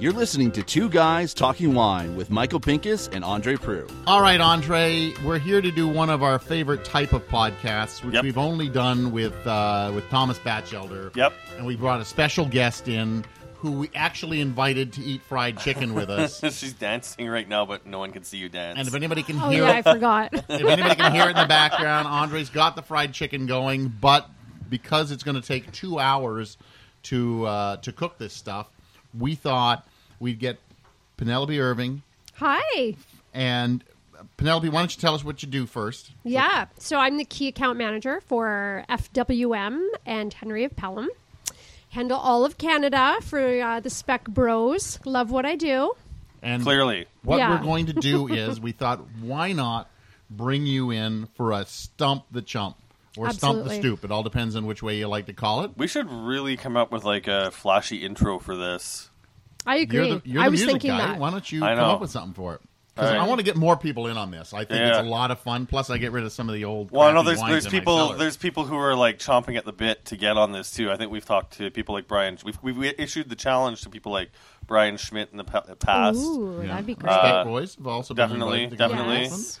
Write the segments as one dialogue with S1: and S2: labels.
S1: You're listening to Two Guys Talking Wine with Michael Pincus and Andre Prue.
S2: All right, Andre, we're here to do one of our favorite type of podcasts, which
S3: Yep.
S2: we've only done with uh, with Thomas Batchelder.
S3: Yep.
S2: And we brought a special guest in who we actually invited to eat fried chicken with us.
S3: She's dancing right now, but no one can see you dance.
S2: and if anybody can
S4: Oh
S2: hear
S4: yeah, I
S2: it,
S4: forgot.
S2: if anybody can hear it in the background, Andre's got the fried chicken going, but because it's going to take two hours to uh, to cook this stuff, we thought we'd get Penelope Irving
S4: Hi.
S2: and uh, Penelope. Why don't you tell us what you do first?
S4: Yeah. So I'm the key account manager for FWM and Henry of Pelham. Handle all of Canada for uh, the Spec Bros. Love what I do.
S2: And
S3: Clearly.
S2: What
S4: Yeah.
S2: we're going to do is we thought, why not bring you in for a stump the chump or stump the
S4: Absolutely.
S2: stoop? It all depends on which way you like to call it.
S3: We should really come up with like a flashy intro for this.
S4: I agree.
S2: You're the, you're
S4: I
S2: the
S4: was
S2: music
S4: thinking
S2: guy.
S4: that.
S2: Why don't you
S3: I
S2: come
S3: know.
S2: up with something for it? Because
S3: All right.
S2: I want to get more people in on this. I think it's
S3: Yeah.
S2: a lot of fun. Plus, I get rid of some of the old.
S3: Well, I know
S2: crappy
S3: there's
S2: wines
S3: there's
S2: in my
S3: people
S2: cellar.
S3: there's people who are like chomping at the bit to get on this too. I think we've talked to people like Brian. We've, we've issued the challenge to people like Brian Schmidt in the pa- past.
S4: Ooh,
S2: Yeah.
S4: that'd be great.
S2: Respect boys have also been
S3: definitely,
S2: invited to come to
S3: Uh, definitely.
S2: this
S4: Yes.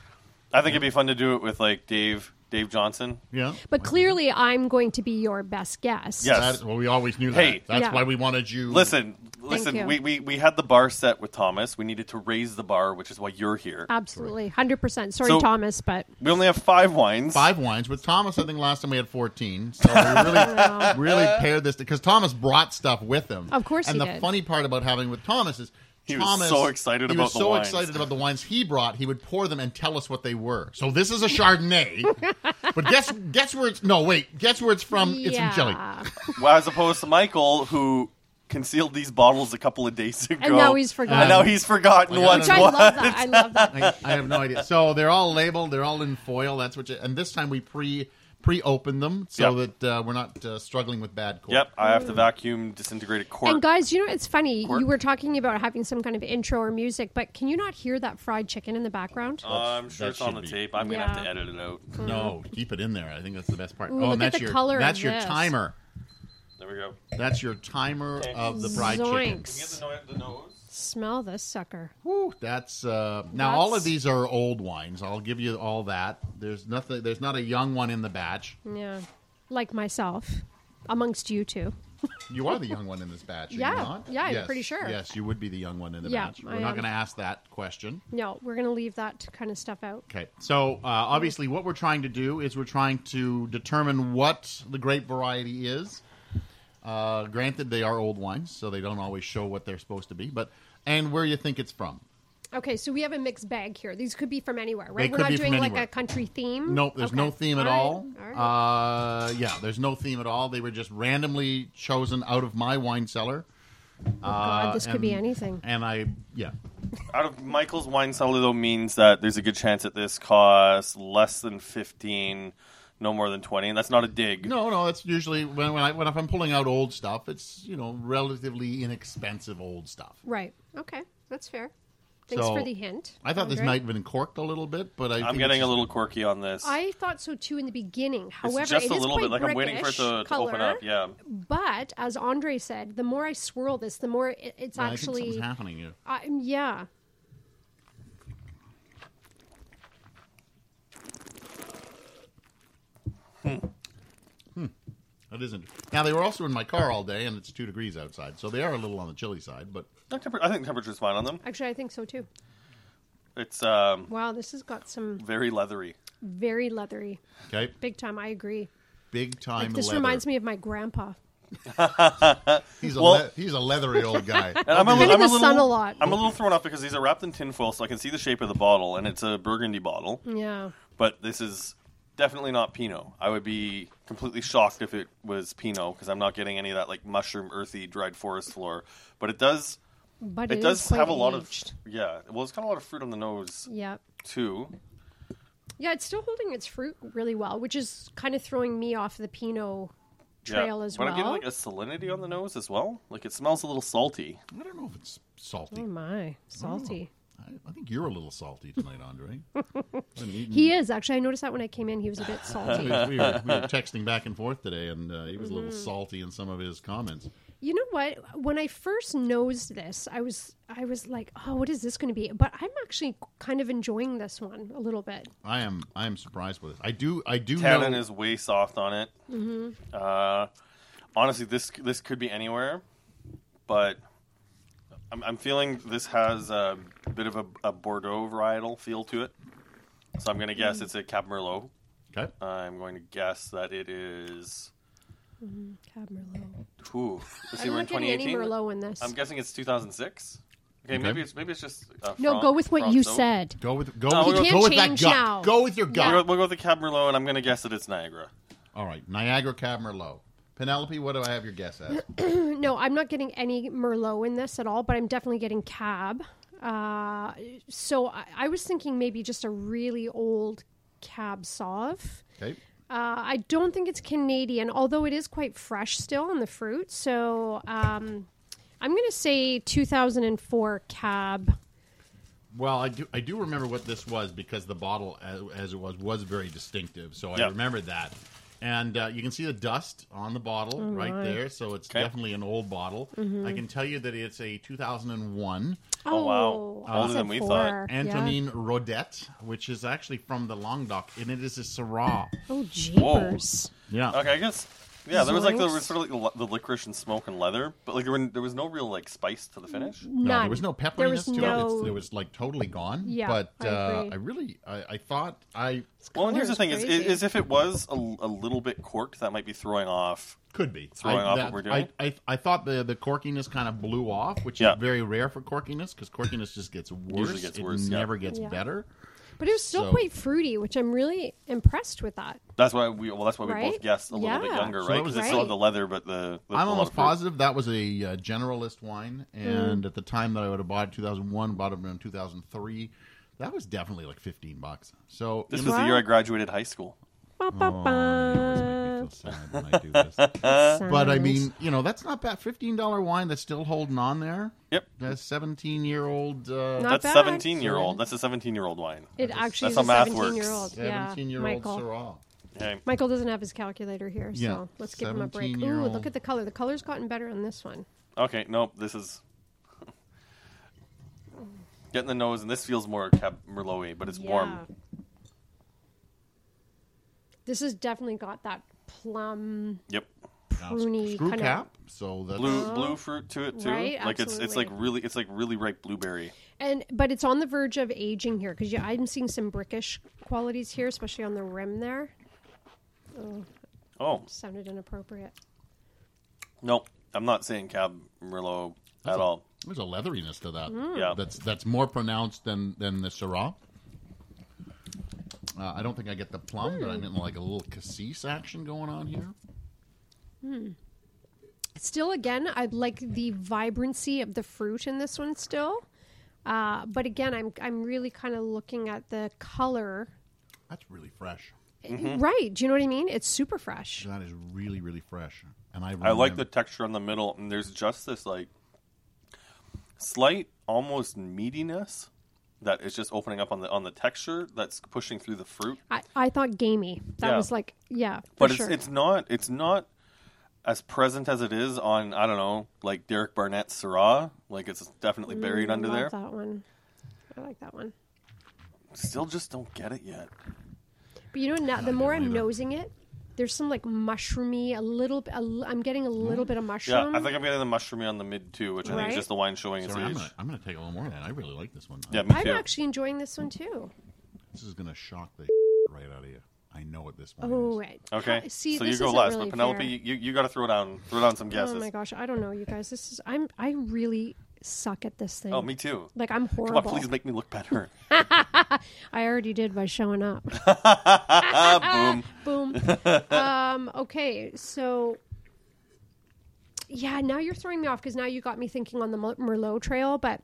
S3: I think it'd be fun to do it with like Dave Dave Johnson.
S2: one. Yeah.
S4: But clearly, I'm going to be your best guest.
S3: Yes.
S2: That- well, we always knew
S3: Hey.
S2: that. That's
S4: Yeah.
S2: why we wanted you.
S3: Listen, listen.
S4: you.
S3: We, we we had the bar set with Thomas. We needed to raise the bar, which is why you're here.
S4: Absolutely. 100%. Sorry,
S3: So-
S4: Thomas, but
S3: We only have five wines.
S2: Five wines with Thomas. I think last time we had fourteen, so we really, really paired this because Thomas brought stuff with him.
S4: Of course
S2: And
S4: he
S2: the
S4: did.
S2: funny part about having with Thomas is
S3: He was
S2: Thomas
S3: so excited
S2: he
S3: about
S2: was
S3: the
S2: so
S3: wines.
S2: excited about the wines he brought. He would pour them and tell us what they were. So this is a Chardonnay, but guess guess where it's no wait guess where it's from? Um, It's from
S4: yeah.
S2: Chile.
S3: Well, as opposed to Michael, who concealed these bottles a couple of days ago,
S4: now he's forgotten.
S3: And now he's forgotten
S2: Like,
S3: what's
S4: Which I
S3: what.
S4: love that. I love that.
S2: I, I have no idea. So they're all labeled. They're all in foil. That's what. You, and this time we pre pre open them so
S3: Yep.
S2: that uh, we're not uh, struggling with bad cork.
S3: Yep, I have to vacuum disintegrated cork.
S4: And guys, you know it's funny.
S3: Cork.
S4: You were talking about having some kind of intro or music, but can you not hear that fried chicken in the background?
S3: Uh, I'm sure
S2: That
S3: it's on
S2: should
S3: the
S2: be-
S3: tape. I'm gonna have to
S4: Yeah.
S3: edit it out.
S2: No, keep it in there. I think that's the best part.
S4: Mm-hmm. Ooh,
S2: oh,
S4: look
S2: and
S4: at
S2: that's
S4: the
S2: your
S4: color of
S2: that's your
S4: this.
S2: timer.
S3: There we go.
S2: That's your timer of the fried chicken.
S3: Can you get
S4: Zoinks!
S3: the, no- the nose?
S4: Smell this sucker.
S2: Whew, that's uh, now all of
S4: That's-
S2: these are old wines. I'll give you all that. There's nothing. There's not a young one in the batch.
S4: Yeah, like myself, amongst you two.
S2: You are the young one in this batch. Are
S4: Yeah.
S2: You not?
S4: Yeah, I'm
S2: Yes.
S4: pretty sure.
S2: Yes, you would be the young one in the
S4: Yeah,
S2: batch.
S4: I
S2: We're not
S4: am.
S2: going to ask that question.
S4: No, we're gonna leave that kind of stuff out.
S2: Okay. So uh, obviously, what we're trying to do is we're trying to determine what the grape variety is. Uh, granted, they are old wines, so they don't always show what they're supposed to be, but and where you think it's from.
S4: Okay, so we have a mixed bag here. These could be from anywhere, right? we're
S2: could
S4: not
S2: be from
S4: doing like
S2: anywhere.
S4: a country theme.
S2: Nope, there's
S4: Okay.
S2: no theme at all.
S4: right, right.
S2: Uh, yeah, there's no theme at all. They were just randomly chosen out of my wine cellar.
S4: God, Uh, this could be
S2: Uh, and-
S4: anything.
S2: And I, yeah,
S3: Out of Michael's wine cellar though means that there's a good chance that this costs less than fifteen, no more than twenty, and that's not a dig.
S2: no, no. That's usually when when, I, when if I'm pulling out old stuff, it's you know relatively inexpensive old stuff.
S4: Right. Okay, that's fair. Thanks
S2: So,
S4: for the hint.
S2: I thought this
S4: Andre.
S2: might have been corked a little bit, but I think
S3: I'm
S2: it's
S3: getting a
S2: just-
S3: little quirky on this.
S4: I thought so too in the beginning.
S3: it's
S4: However,
S3: just
S4: it
S3: a
S4: is
S3: little
S4: quite
S3: bit like I'm waiting for it
S4: brickish
S3: to, to
S4: color,
S3: open up. Yeah.
S4: But as Andre said, the more I swirl this, the more it, it's
S2: Yeah, I think
S4: actually.
S2: something's happening here.
S4: I- um, yeah.
S2: It isn't. Now they were also in my car all day, and it's two degrees outside, so they are a little on the chilly side. But
S3: No, temper- I think temperature's fine on them.
S4: Actually, I think so too.
S3: It's um,
S4: Wow, this has got some
S3: very leathery.
S4: very leathery,
S2: okay,
S4: big time. I agree.
S2: big time.
S4: This
S2: leather.
S4: reminds me of my grandpa.
S2: He's a
S3: Well-
S2: le- he's a leathery old guy.
S3: And I'm, a,
S4: Been
S3: li- I'm
S4: in
S3: a
S4: the
S3: little,
S4: sun a lot.
S3: I'm a little thrown off because these are wrapped in tinfoil, so I can see the shape of the bottle, and it's a burgundy bottle.
S4: Yeah.
S3: But this is definitely not Pinot. I would be completely shocked if it was Pinot because I'm not getting any of that like mushroom, earthy, dried forest floor. But it does.
S4: But
S3: It,
S4: is
S3: does
S4: quite
S3: have a lot
S4: aged.
S3: of yeah. Well, it's got a lot of fruit on the nose
S4: Yeah.
S3: too.
S4: Yeah, it's still holding its fruit really well, which is kind of throwing me off the Pinot trail
S3: yeah.
S4: as
S3: but
S4: well.
S3: I'm getting like a salinity on the nose as well. Like it smells a little salty.
S4: Mm.
S2: I don't know if it's salty.
S4: oh my, salty.
S2: I I, I think you're a little salty tonight, Andre.
S4: He is actually. I noticed that when I came in, he was a bit
S2: we,
S4: salty.
S2: were, we were texting back and forth today, and uh, he was a little
S4: Mm-hmm.
S2: salty in some of his comments.
S4: you know what? When I first nosed this, I was I was like, oh, what is this going to be? But I'm actually kind of enjoying this one a little bit.
S2: I am I am surprised with this. I do I do
S3: Cannon
S2: know
S3: is way soft on it.
S4: Mm-hmm.
S3: Uh, honestly, this this could be anywhere, but I'm, I'm feeling this has a bit of a, a Bordeaux varietal feel to it. So I'm going to
S4: Mm.
S3: guess it's a Cab Merlot.
S2: Okay.
S3: I'm going to guess that it is.
S4: Cab Merlot.
S3: Ooh, let's see,
S4: I'm
S3: we're in
S4: not getting any
S3: 2018.
S4: Merlot in this.
S3: I'm guessing it's 2006. Okay,
S2: Okay.
S3: maybe it's maybe it's just uh,
S4: no,
S3: Franc-
S4: go with what
S3: Franc
S4: you
S3: Sauvignon.
S4: said.
S2: Go with go,
S3: No,
S2: with,
S3: we
S2: go with that gut.
S4: can't change now.
S2: Go with your gut.
S3: We'll, we'll go with the Cab Merlot, and I'm going to guess that it's Niagara.
S2: All right, Niagara Cab Merlot. Penelope, what do I have your guess at?
S4: No, I'm not getting any Merlot in this at all, but I'm definitely getting Cab. Uh, so I, I was thinking maybe just a really old Cab Sauv.
S2: Okay.
S4: Uh, I don't think it's Canadian, although it is quite fresh still on the fruit. So um, I'm going to say 2004 Cab.
S2: Well, I do I do remember what this was because the bottle as, as it was was very distinctive, so I
S3: Yeah.
S2: remember that. And uh, you can see the dust on the bottle
S4: Oh,
S2: right there, so it's
S3: Okay.
S2: definitely an old bottle.
S4: Mm-hmm.
S2: I can tell you that it's a 2001
S3: Oh, wow.
S4: I
S3: Older
S4: said
S3: than we thought.
S4: four. Yeah.
S2: Antonine Rodet, which is actually from the Languedoc, and it is a Syrah.
S4: Oh, jeepers.
S2: Yeah.
S3: Okay, I guess. Yeah, there was like the
S4: Zoinks.
S3: sort of like the- the licorice and smoke and leather, but like there, were, there was no real like spice to the
S4: Mm,
S3: finish.
S2: No,
S4: None.
S2: there was no pepperiness
S4: There was
S2: to it.
S4: no.
S2: It's, it was like totally gone.
S4: Yeah,
S2: but
S4: I
S2: uh,
S4: agree.
S2: I really, I, I thought I
S3: Well, and here's the
S4: Color's
S3: thing: is,
S4: crazy.
S3: is if it was a, a little bit corked, that might be throwing off.
S2: could be
S3: Throwing
S2: I,
S3: off what we're doing?
S2: I, I, I thought the the corkiness kind of blew off, which
S3: Yeah.
S2: is very rare for corkiness because corkiness just gets worse.
S3: gets
S2: it
S3: worse, yeah.
S2: never gets
S4: Yeah.
S2: better.
S4: but it was still
S2: so-
S4: quite fruity, which I'm really impressed with that.
S3: That's why we well, that's why we
S4: Right?
S3: both guessed a little bit
S4: Yeah.
S3: younger,
S4: So
S3: right?
S2: that was
S3: Because it still
S4: right.
S3: had the leather, but the, the
S2: I'm
S3: the
S2: almost
S3: lot of
S2: positive that was a uh, generalist wine,
S4: Mm.
S2: and at the time that I would have bought it, 2001, bought it in 2003. That was definitely like 15 bucks. So
S3: fruit. This
S2: it
S3: was the
S4: Wow.
S3: year I graduated high school.
S4: Ba, ba, ba.
S2: makes me feel sad when I do this.
S3: Uh,
S2: But I mean, you know, that's not bad. Fifteen dollar wine that's still holding on there.
S3: Yep.
S2: That's seventeen year old. Uh,
S3: That's
S4: Not bad.
S3: seventeen year old. That's a seventeen year old wine.
S4: it actually
S3: that's
S4: is
S3: how
S4: a
S3: math
S4: 17 year
S3: works.
S4: old. Yeah,
S2: Seventeen year old
S4: Michael.
S2: Syrah.
S3: Okay.
S4: Michael doesn't have his calculator here, so
S2: Yeah.
S4: let's give him a break. Ooh,
S2: 17-year-old.
S4: look at the color. The color's gotten better on this one.
S3: Okay, nope. This is getting the nose, and this feels more Cab Merlot, but it's warm.
S4: Yeah. This has definitely got that plum
S3: Yep,
S2: Now, sc-
S4: pruny
S2: Screw
S4: kind
S2: cap.
S4: of,
S2: So that's
S3: blue blue fruit to it too.
S4: Oh, Right,
S3: like it's it's like
S4: absolutely.
S3: really it's like really ripe blueberry.
S4: and but it's on the verge of aging here because yeah, I'm seeing some brickish qualities here, especially on the rim there.
S3: Oh
S4: Sounded inappropriate.
S3: no, I'm not saying Cab Merlot at all. Mm.
S2: There's a leatheriness to that.
S3: Yeah.
S2: That's that's more pronounced than than the Syrah. Uh, I don't think I get the plum, but I'm
S3: Hmm.
S2: getting like a little cassis action going on here.
S4: Still, again, I like the vibrancy of the fruit in this one still, uh, but again, I'm I'm really kind of looking at the color.
S2: That's really fresh.
S4: Right? Do you know what I mean? It's super fresh.
S2: That is really really fresh. And I
S3: I like the
S2: remember-
S3: texture on the middle, and there's just this like slight, almost meatiness that is just opening up on the on the texture that's pushing through the fruit.
S4: I, I thought gamey. That
S3: Yeah.
S4: was like yeah, for
S3: But
S4: sure.
S3: it's it's not it's not as present as it is on I don't know like Derek Barnett's Syrah. Like it's definitely buried under
S4: I
S3: there.
S4: love that one. I like that one.
S3: Still, just don't get it yet.
S4: But you know, now the more I'm nosing it, there's some like mushroomy, a little. bit. I'm getting a little bit of
S3: Hmm? Yeah,
S4: mushroom.
S3: I think I'm getting the mushroomy on the mid too, which I think
S4: Right?
S3: is just the wine showing its
S2: Sorry, I'm
S3: age.
S2: gonna, I'm gonna take a little more of that. I really like this one.
S3: Yeah,
S4: I'm
S3: me too.
S4: actually enjoying this one too.
S2: This is gonna shock the right out of you. I know what this one
S4: Oh,
S2: is.
S4: right.
S3: Okay,
S4: See,
S3: so
S4: this
S3: you go
S4: isn't
S3: last,
S4: really
S3: but Penelope,
S4: fair.
S3: you you got to throw down throw down some guesses.
S4: Oh my gosh, I don't know, you guys. This is I'm I really suck at this thing.
S3: Oh, me too.
S4: Like I'm
S3: Come on,
S4: horrible.
S3: please make me look better.
S4: I already did by showing up. Boom. Boom. um, okay, so yeah, now you're throwing me off because now you got me thinking on the Mer- Merlot trail, but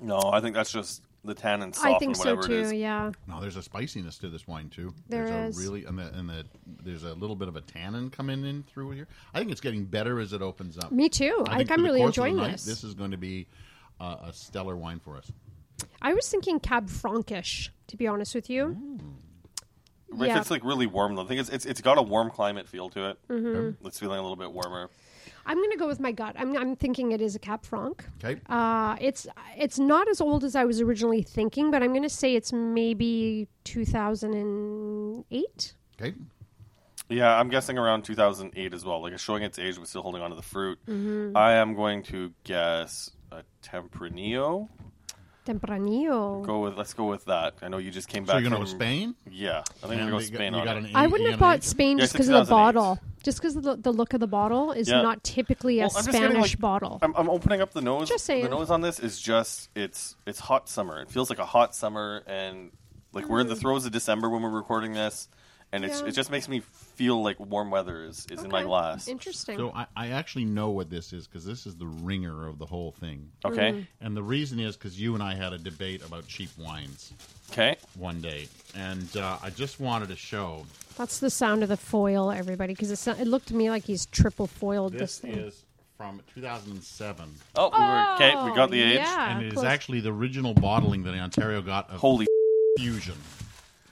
S3: No, I think that's just the tan and
S4: I
S3: soft
S4: think
S3: and
S4: so
S3: whatever it
S4: too.
S3: is.
S4: Yeah,
S2: No, there's a spiciness to this wine too.
S4: There
S2: there's a
S4: is.
S2: really and the, and the there's a little bit of a tannin coming in through here. I think it's getting better as it opens up.
S4: me too. I, think,
S2: through
S4: I'm
S2: the
S4: really
S2: course of the
S4: enjoying
S2: night,
S4: this.
S2: This is going to be uh, a stellar wine for us.
S4: I was thinking Cab Frankish, to be honest with you.
S3: Mm. If
S4: Yeah.
S3: It's like really warm though. I think it's, it's it's got a warm climate feel to it. Mm-hmm. It's feeling a little bit warmer.
S4: I'm going to go with my gut. I'm, I'm thinking it is a Cab Franc.
S2: Okay.
S4: Uh, it's it's not as old as I was originally thinking, but I'm going to say it's maybe 2008.
S2: Okay.
S3: Yeah, I'm guessing around 2008 as well. Like it's showing its age, but still holding on to the fruit.
S4: Mm-hmm.
S3: I am going to guess a Tempranillo.
S4: Tempranillo.
S3: Go with let's go with that. I know you just came
S2: So
S3: back.
S2: you're gonna go
S3: from,
S2: to Spain?
S3: Yeah, I think I'm gonna go
S2: And you
S3: Spain
S2: got- you
S3: on
S2: got
S3: it.
S2: an eight-
S4: I
S2: you
S4: wouldn't
S2: got an
S4: have bought
S2: eight?
S4: Spain
S3: Yeah,
S4: just because of the
S3: 2008.
S4: bottle. Just because the, the look of the bottle is
S3: Yeah.
S4: not typically a
S3: Well, I'm just getting,
S4: Spanish
S3: like-
S4: bottle.
S3: I'm, I'm opening up the nose.
S4: Just saying.
S3: The nose on this is just it's it's hot summer. It feels like a hot summer, and like we're in the throes of December when we're recording this, and it's
S4: Mm. Yeah.
S3: it just makes me feel like warm weather is, is in my
S4: Okay.
S3: glass.
S4: Interesting.
S2: So I, I actually know what this is because this is the ringer of the whole thing.
S3: Okay,
S4: Mm.
S2: And the reason is because you and I had a debate about cheap wines
S3: okay.
S2: one day, and uh, I just wanted to show
S4: That's the sound of the foil, everybody, because it, it looked to me like he's triple foiled
S2: this
S4: this, thing.
S2: is from 2007,
S3: Oh, we were, okay. We got the age.
S4: yeah,
S2: and it is
S4: Ah, close.
S2: actually the original bottling that Ontario got of
S3: Holy
S2: Fusion.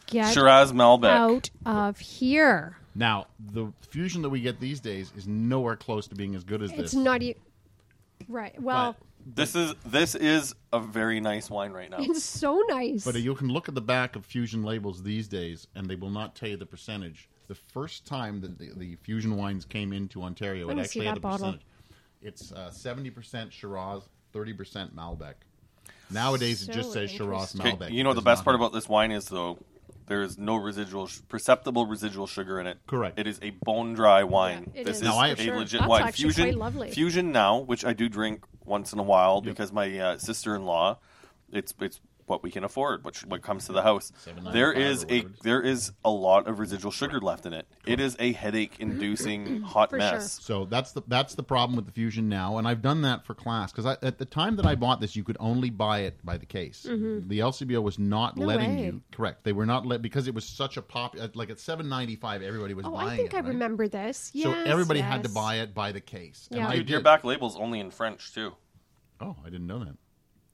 S4: Get
S3: Shiraz Malbec.
S4: out of here.
S2: Now, the Fusion that we get these days is nowhere close to being as good as this.
S4: It's not even right. Well,
S2: but,
S3: This is this is a very nice wine right now.
S4: it's so nice.
S2: but you can look at the back of Fusion labels these days, and they will not tell you the percentage. The first time that the, the Fusion wines came into Ontario,
S4: I
S2: it
S4: wanna see
S2: actually had the
S4: that bottle.
S2: percentage. It's uh, 70% Shiraz, 30% Malbec. Nowadays, it just
S4: So
S2: says Shiraz
S4: interesting.
S3: Okay,
S2: Malbec.
S3: you
S2: It
S3: know what the
S2: does
S3: best
S2: not
S3: part
S2: have-
S3: about this wine is though, there is no residual sh- perceptible residual sugar in it.
S2: Correct.
S3: It is a bone dry wine.
S4: Yeah, it
S3: this
S4: is,
S3: is,
S2: No, I-
S3: a
S2: for sure.
S3: legit
S4: That's
S3: wine.
S4: actually
S3: Fusion
S4: quite lovely.
S3: Fusion now, which I do drink once in a while because my uh, sister in law, it's it's what we can afford, which what comes to the house.
S2: 7.95 or whatever
S3: There is a
S2: it is.
S3: there is a lot of residual sugar left in it. It is a headache inducing hot
S4: For
S3: mess.
S2: So that's the that's the problem with the fusion now, and I've done that for class because at the time that I bought this, you could only buy it by the case. The LCBO was not
S4: Mm-hmm. No
S2: letting
S4: way.
S2: you. Correct, they were not let because it was such a pop. Like at seven ninety five, everybody was
S4: oh,
S2: buying.
S4: I think
S2: it,
S4: I
S2: right?
S4: remember this.
S2: So
S4: Yes,
S2: everybody had to
S4: yes.
S2: buy it by the case.
S4: Yeah.
S2: And I
S3: Dude, your
S2: did.
S3: back label's only in French too.
S2: Oh, I didn't know that.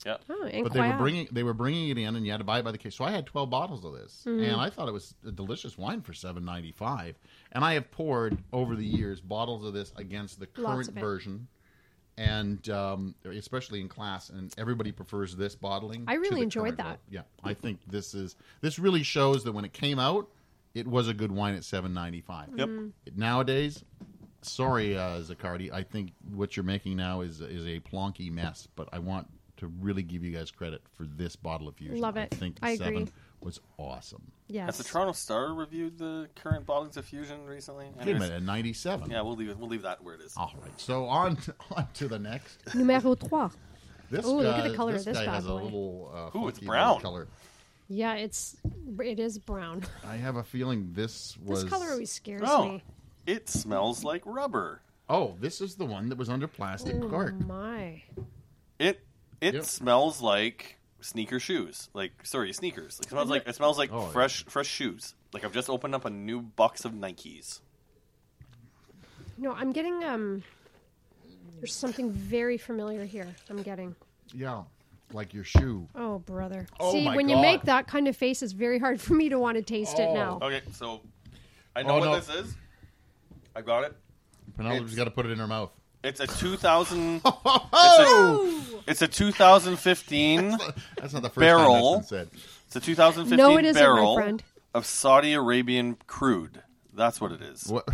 S3: Yeah.
S4: Oh,
S2: But they were
S4: incroyable.
S2: bringing they were bringing it in, and you had to buy it by the case. So I had twelve bottles of this,
S4: Mm-hmm.
S2: and I thought it was a delicious wine for seven ninety five. And I have poured over the years bottles of this against the
S4: Lots
S2: current
S4: of it.
S2: version, and um, especially in class, and everybody prefers this bottling.
S4: I
S2: to
S4: really
S2: the
S4: enjoyed
S2: current
S4: that.
S2: one. Yeah, I think this is this really shows that when it came out, it was a good wine at seven ninety five.
S3: Yep.
S2: Nowadays, sorry, uh, Zaccardi, I think what you're making now is is a plonky mess. But I want to really give you guys credit for this bottle of fusion.
S4: Love it.
S2: I think the
S4: I
S2: seven
S4: agree.
S2: was awesome.
S4: Yes.
S3: Has the Toronto Star reviewed the current bottlings of Fusion recently?
S2: Wait a minute, a ninety-seven.
S3: Yeah, we'll leave it. We'll leave that where it is.
S2: All right, so on on to the next.
S4: Numero trois.
S2: This
S4: Ooh, look at
S2: guy-
S4: the color of
S2: this
S4: this eh?
S2: guy
S4: bad
S2: has a
S4: boy.
S2: little uh,
S3: Ooh, it's
S2: funky little
S3: brown.
S2: color.
S4: Yeah, it's it is brown.
S2: I have a feeling this was
S4: This color always scares
S3: Oh,
S4: me.
S3: it smells like rubber.
S2: Oh, this is the one that was under plastic cork.
S4: Oh My.
S3: It it
S2: Yep.
S3: smells like sneaker shoes. Like sorry, sneakers. Like, it smells like it smells like
S2: Oh, yeah.
S3: fresh fresh shoes. Like I've just opened up a new box of Nikes.
S4: No, I'm getting um there's something very familiar here. I'm getting.
S2: Yeah, like your shoe.
S4: Oh, brother.
S2: Oh,
S4: See,
S2: my
S4: when you
S2: God.
S4: make that kind of face, it's very hard for me to want to taste it
S2: Oh.
S4: now.
S3: Okay, so I know
S2: Oh,
S3: what
S2: no.
S3: this is. I got it.
S2: Penelope's
S3: It's-
S2: got to put it in her mouth.
S3: It's a 2000.
S2: Oh,
S3: it's a 2015.
S2: that's not the first
S3: Barrel.
S2: time that's been said.
S3: It's a 2015
S4: No, it isn't, my
S3: barrel
S4: friend.
S3: of Saudi Arabian crude. That's what it is.
S2: What?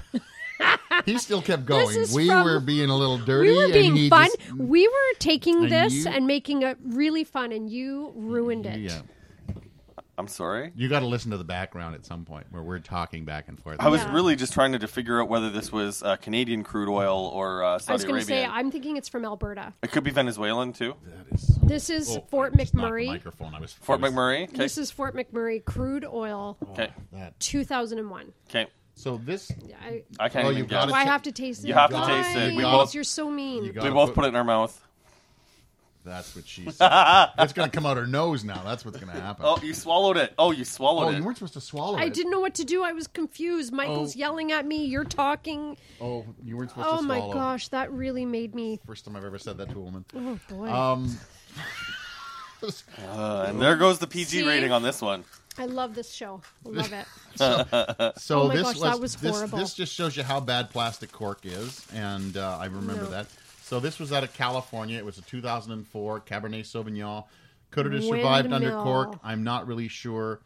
S2: he still kept going.
S4: is
S2: We
S4: from-
S2: were being a little dirty.
S4: We were
S2: and
S4: being
S2: he
S4: fun.
S2: just-
S4: we were taking
S2: And
S4: this
S2: you-
S4: and making it really fun, and you ruined it.
S2: yeah,
S3: I'm sorry.
S2: you got to listen to the background at some point where we're talking back and forth.
S3: I was
S4: Yeah.
S3: really just trying to, figure out whether this was uh, Canadian crude oil or uh,
S4: I was
S3: Saudi
S4: going
S3: Arabian.
S4: to say, I'm thinking it's from Alberta.
S3: It could be Venezuelan too.
S2: That is-
S4: This is
S2: Oh,
S4: Fort
S2: I just knocked the
S4: McMurray.
S2: Microphone. I was
S3: Fort
S2: I was-
S3: McMurray. Okay.
S4: This is Fort McMurray crude oil,
S2: Oh.
S3: Okay.
S2: That.
S4: 2001.
S3: Okay.
S2: So this
S4: I,
S3: I can't
S2: Oh,
S3: even
S2: you got
S3: guess.
S4: do
S2: it.
S4: I have to taste it?
S3: You have to taste it. We
S4: Guys,
S3: both-
S4: you're so mean.
S2: you
S3: We
S2: gotta
S3: both put it in our mouth.
S2: That's what she said. it's going to come out her nose now. That's what's going to happen.
S3: Oh, you swallowed it. Oh, you
S2: Oh,
S3: swallowed
S2: you
S3: it.
S2: weren't supposed to swallow
S4: I
S2: it.
S4: didn't know what to do. I was confused. Michael's
S2: Oh.
S4: yelling at me. You're talking.
S2: Oh, you weren't supposed
S4: Oh
S2: to
S4: my
S2: swallow.
S4: gosh, that really made me.
S2: Um, First time I've ever said that to a woman.
S4: Oh boy.
S2: Um, was-
S3: Uh, and there goes the PG
S4: See?
S3: rating on this one.
S4: I love this show. I love it.
S2: so
S4: Oh my
S2: this
S4: gosh,
S2: was,
S4: that was
S2: this,
S4: horrible.
S2: This just shows you how bad plastic cork is, and uh, I remember
S4: No.
S2: that. So this was out of California. It was a 2004 Cabernet Sauvignon. Could it have
S4: Windmill.
S2: survived under cork? I'm not really sure.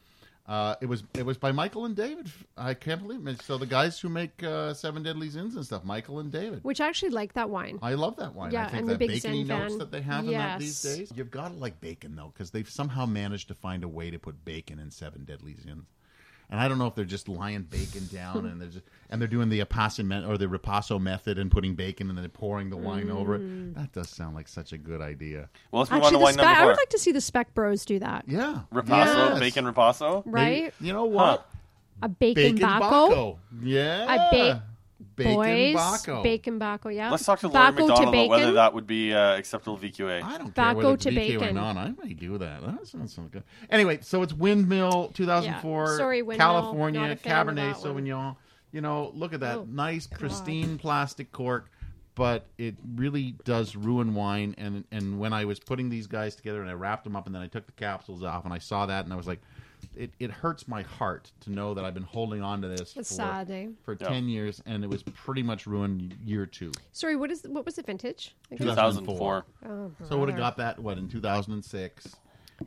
S2: Uh, it was it was by Michael and David. I can't believe it. So the guys who make uh, Seven Deadly Sins and stuff, Michael and David.
S4: Which I actually like that wine.
S2: I love that wine. I
S4: Yeah,
S2: think
S4: and the
S2: that
S4: Big
S2: bacony
S4: Zen
S2: notes
S4: fan.
S2: that they have in that these
S4: Yes.
S2: days. You've got to like bacon though, because they've somehow managed to find a way to put bacon in Seven Deadly Sins. And I don't know if they're just lying bacon down and they're just and they're doing the apasso me- or the ripasso method and putting bacon and then pouring the wine over
S4: Mm.
S2: it. That does sound like such a good idea.
S3: Well, let's move
S4: Actually, the
S3: on to wine
S4: spec,
S3: number
S4: I
S3: four.
S4: would like to see the Spec Bros do that.
S2: Yeah,
S3: Ripasso,
S2: Yes.
S3: bacon ripasso.
S2: Maybe-
S4: Right?
S2: You know what?
S4: A bacon,
S2: Bacon
S4: bacco.
S2: baco. Yeah.
S4: I bake
S2: bacon
S4: Boys,
S2: baco.
S4: bacon baco, yeah.
S3: Let's talk to Lauren
S4: Baco
S3: McDonald
S4: to
S3: about
S4: bacon.
S3: whether that would be uh, acceptable VQA.
S2: I don't care
S4: Baco
S2: whether
S4: to
S2: to BK
S4: bacon.
S2: or not. I may do that. That sounds so good. Anyway, so it's Windmill 2004,
S4: Yeah. Sorry, Windmill. Not
S2: California,
S4: a fan of
S2: Cabernet
S4: that one.
S2: Sauvignon. You know, look at that
S4: Oh,
S2: nice, pristine plastic cork, but it really does ruin wine. And and when I was putting these guys together and I wrapped them up and then I took the capsules off and I saw that and I was like, it, it hurts my heart to know that I've been holding on to this
S4: It's
S2: for,
S4: sad, eh?
S2: for 10 years and it was pretty much ruined year two.
S4: Sorry, what is what was the vintage? I guess-
S3: 2004.
S4: Oh,
S2: So would have
S4: brother.
S2: got that what in 2006,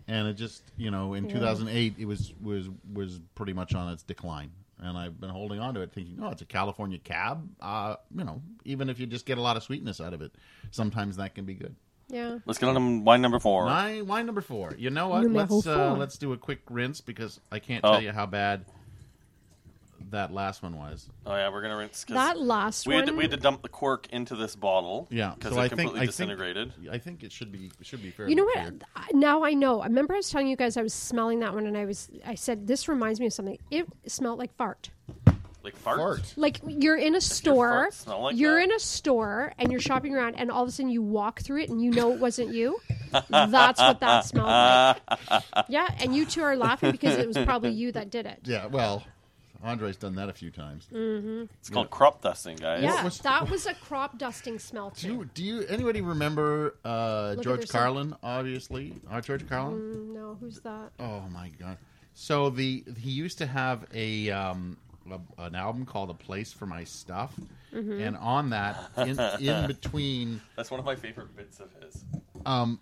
S2: and it just you know in 2008 it was was was pretty much on its decline, and I've been holding on to it thinking, oh, it's a California cab, uh, you know, even if you just get a lot of sweetness out of it, sometimes that can be good.
S4: Yeah.
S3: Let's get on to wine number four.
S2: My wine number four. You know what?
S4: Numero
S2: let's uh,
S4: four.
S2: let's do a quick rinse because I can't
S3: Oh.
S2: tell you how bad that last one was.
S3: Oh yeah, we're gonna rinse. 'cause
S4: That last
S3: we
S4: one.
S3: had, to, we had to dump the cork into this bottle.
S2: Yeah,
S3: because
S2: so
S3: it
S2: I think
S3: completely
S2: I
S3: disintegrated.
S2: Think, I think it should be it should be fair.
S4: you know what? I- Now I know. I remember I was telling you guys I was smelling that one and I was I said this reminds me of something. It smelled like fart.
S3: Like fart.
S2: Fart.
S4: Like you're in a store,
S3: fart smell like
S4: you're
S3: that?
S4: in a store and you're shopping around, and all of a sudden you walk through it and you know it wasn't you. That's what that smelled like. Yeah, and you two are laughing because it was probably you that did it.
S2: Yeah. Well, Andre's done that a few times.
S3: It's called crop dusting, guys.
S4: Yeah,
S2: was-
S4: that was a crop dusting smell
S2: Do
S4: too.
S2: you, do you anybody remember uh,
S4: at
S2: George
S4: their Mm-hmm.
S2: Carlin? Obviously, our George Carlin.
S4: Mm, No, who's that?
S2: Oh my god! So the he used to have a, um, a an album called "A Place for My Stuff,"
S4: Mm-hmm.
S2: and on that, in, in between,
S3: That's one of my favorite bits of his.
S2: Uh,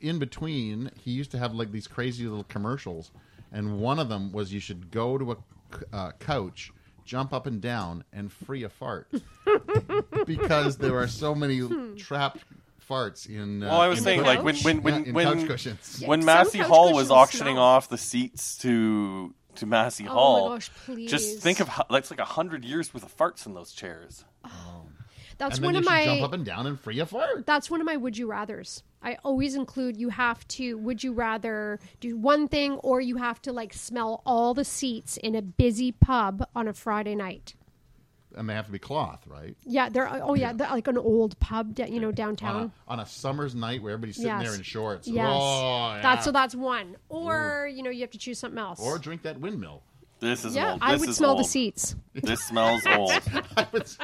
S2: in between, he used to have like these crazy little commercials, and one of them was you should go to a c- uh, couch, jump up and down, and free a fart, because there are so many trapped farts in. Uh,
S3: Well, I was
S2: in
S3: saying
S2: couch-
S3: like when when
S2: yeah,
S3: when
S2: in couch
S3: when,
S2: cushions.
S3: when
S4: some
S3: Massey
S4: couch
S3: Hall was
S4: cushions
S3: auctioning
S4: smell.
S3: off the seats to to Massey
S4: Oh my
S3: Hall.
S4: gosh, please.
S3: Just think of how, that's like a hundred years worth of farts in those chairs.
S4: That's
S2: and then
S4: one
S2: you
S4: of
S2: should jump
S4: my.
S2: up and down and free a fart.
S4: That's one of my would you rather's. I always include you have to. Would you rather do one thing or you have to like smell all the seats in a busy pub on a Friday night?
S2: And they have to be cloth, right?
S4: Yeah, they're oh yeah, they're like an old pub, da- you know, downtown.
S2: On a, on a summer's night where everybody's Uh-huh. sitting
S4: Yes.
S2: there in shorts.
S4: Yes,
S2: Oh, yeah.
S4: that's so. That's one, or you know, you have to choose something else.
S2: Or drink that windmill.
S3: This is
S4: yeah,
S3: old. This
S4: I would
S3: is
S4: smell
S3: old.
S4: the seats.
S3: This smells old.
S2: It's-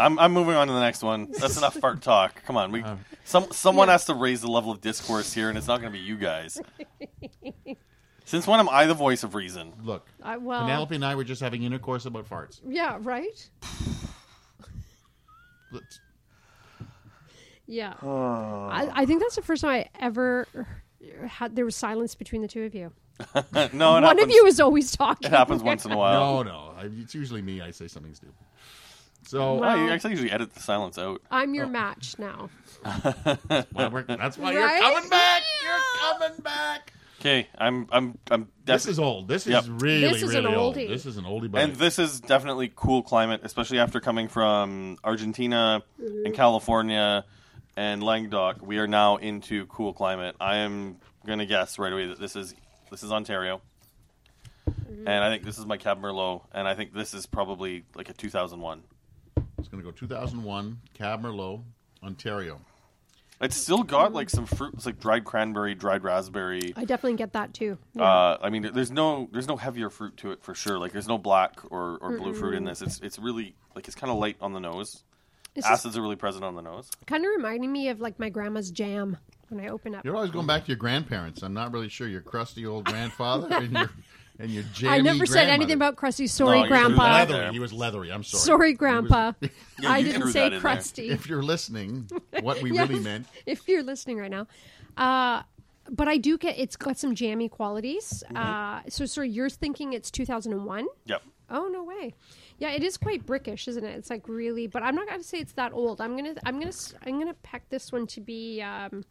S3: I'm, I'm moving on to the next one. That's enough fart talk. Come on, we
S2: Um,
S3: some someone
S4: Yeah.
S3: has to raise the level of discourse here, and it's not going to be you guys. Since when am I the voice of reason?
S2: Look,
S4: I, uh, well,
S2: Penelope and I were just having intercourse about farts.
S4: yeah, right.
S2: Let's-
S4: Yeah. I, I think that's the first time I ever had there was silence between the two of you.
S3: no, it one
S4: One
S3: happens,
S4: of you is always talking.
S3: It happens once in a while.
S2: no, no. I, it's usually me. I say something stupid. So
S3: Oh, you
S4: Well-
S3: actually usually edit the silence out.
S4: I'm your match now.
S2: that's why, uh, we're, that's why you're
S4: Right?
S2: coming back. You're coming back.
S3: Okay, I'm I'm I'm. Def-
S2: this is old. This is
S3: Yep.
S2: really,
S4: This is an
S2: really old.
S4: oldie.
S2: This is an oldie. Buddy.
S3: and this is definitely cool climate, especially after coming from Argentina and California and Languedoc. We are now into cool climate. I am gonna guess right away that this is this is Ontario, and I think this is my Cab Merlot, and I think this is probably like a 2001.
S2: it's going to go 2001 Cab Merlot, Ontario.
S3: It's still got like some fruits, like dried cranberry, dried raspberry.
S4: I definitely get that too.
S3: Uh, I mean, there's no there's no heavier fruit to it for sure. Like there's no black or, or blue fruit in this. It's it's really like it's kind of light on the nose.
S4: It's
S3: Acids are really present on the nose.
S4: kind of reminding me of like my grandma's jam. when I open up.
S2: You're always going back to your grandparents. I'm not really sure your crusty old grandfather and your and your jammy
S4: I never said anything
S2: grandmother.
S4: about crusty. Sorry,
S3: No, you threw
S4: Grandpa.
S3: that
S2: leathery. He was leathery. I'm sorry.
S4: Sorry,
S2: He was-
S4: Grandpa.
S3: Yeah,
S4: I
S3: you
S4: didn't
S3: threw
S4: say
S3: that in there.
S4: crusty.
S2: if you're listening, what we
S4: Yes,
S2: really meant.
S4: If you're listening right now. Uh, but I do get it's got some jammy qualities.
S2: Mm-hmm.
S4: Uh, so, sorry, you're thinking it's 2001?
S3: Yep.
S4: Oh no way! Yeah, it is quite brickish, isn't it? It's like really, but I'm not gonna say it's that old. I'm gonna, I'm gonna, s- I'm gonna pack this one to be. Um,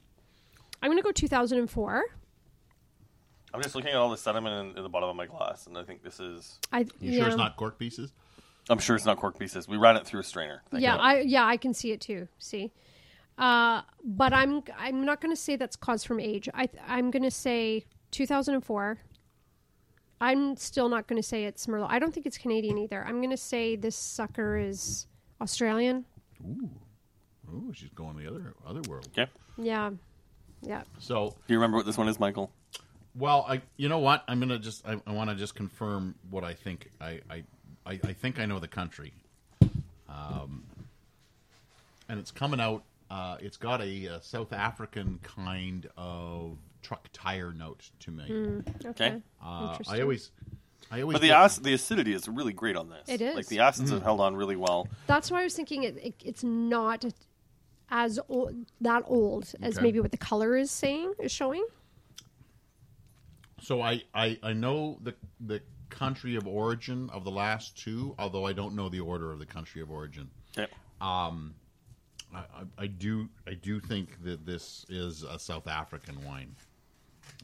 S4: I'm gonna go 2004.
S3: I'm just looking at all the sediment in, in the bottom of my glass, and I think this is.
S4: I
S2: You
S4: yeah.
S2: sure it's not cork pieces?
S3: I'm sure it's not cork pieces. We ran it through a strainer. Thank
S4: yeah,
S3: God.
S4: I yeah I can see it too. See, uh, but I'm I'm not gonna say that's caused from age. I I'm gonna say 2004. I'm still not gonna say it's Merlot. I don't think it's Canadian either. I'm gonna say this sucker is Australian.
S2: Ooh, she's going the other other world.
S3: Okay.
S4: Yeah, yeah.
S2: So
S3: Do you remember what this one is, Michael?
S2: Well, I you know what I'm gonna just I, I want to just confirm what I think I I, I I think I know the country, um, and it's coming out. Uh, it's got a, uh South African kind of truck tire note to me.
S3: Okay.
S2: Uh, I
S4: Interesting.
S2: always, I always.
S3: But the
S2: get-
S3: ac- the acidity is really great on this.
S4: It is.
S3: Like the acids have held on really well.
S4: That's why I was thinking it, it, it's not as old, that old as
S2: Okay.
S4: maybe what the color is saying is showing.
S2: So I, I I know the the country of origin of the last two, although I don't know the order of the country of origin.
S3: Okay.
S2: I, I- I do I do think that this is a South African wine.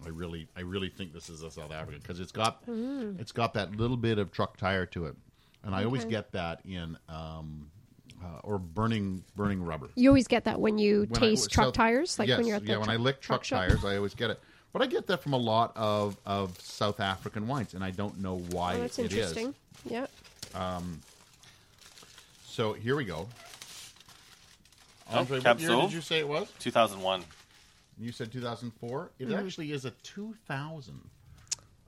S2: I really I really think this is a South African because it's got
S4: Mm.
S2: it's got that little bit of truck tire to it, and I always get that in um, uh, or burning burning rubber.
S4: You always get that when you
S2: When I-
S4: taste truck
S2: South-
S4: tires, like when
S2: yes,
S4: you're at the
S2: yeah when I
S4: truck-
S2: lick truck,
S4: shop.
S2: tires I always get it, but I get that from a lot of of South African wines, and I don't know why
S4: Oh, that's
S2: it is.
S4: interesting. Yeah,
S2: So here we go.
S3: Oh,
S2: Andre, what year
S3: Cab Sauv?
S2: did you say it was?
S3: 2001.
S2: You said 2004. It actually is a 2000.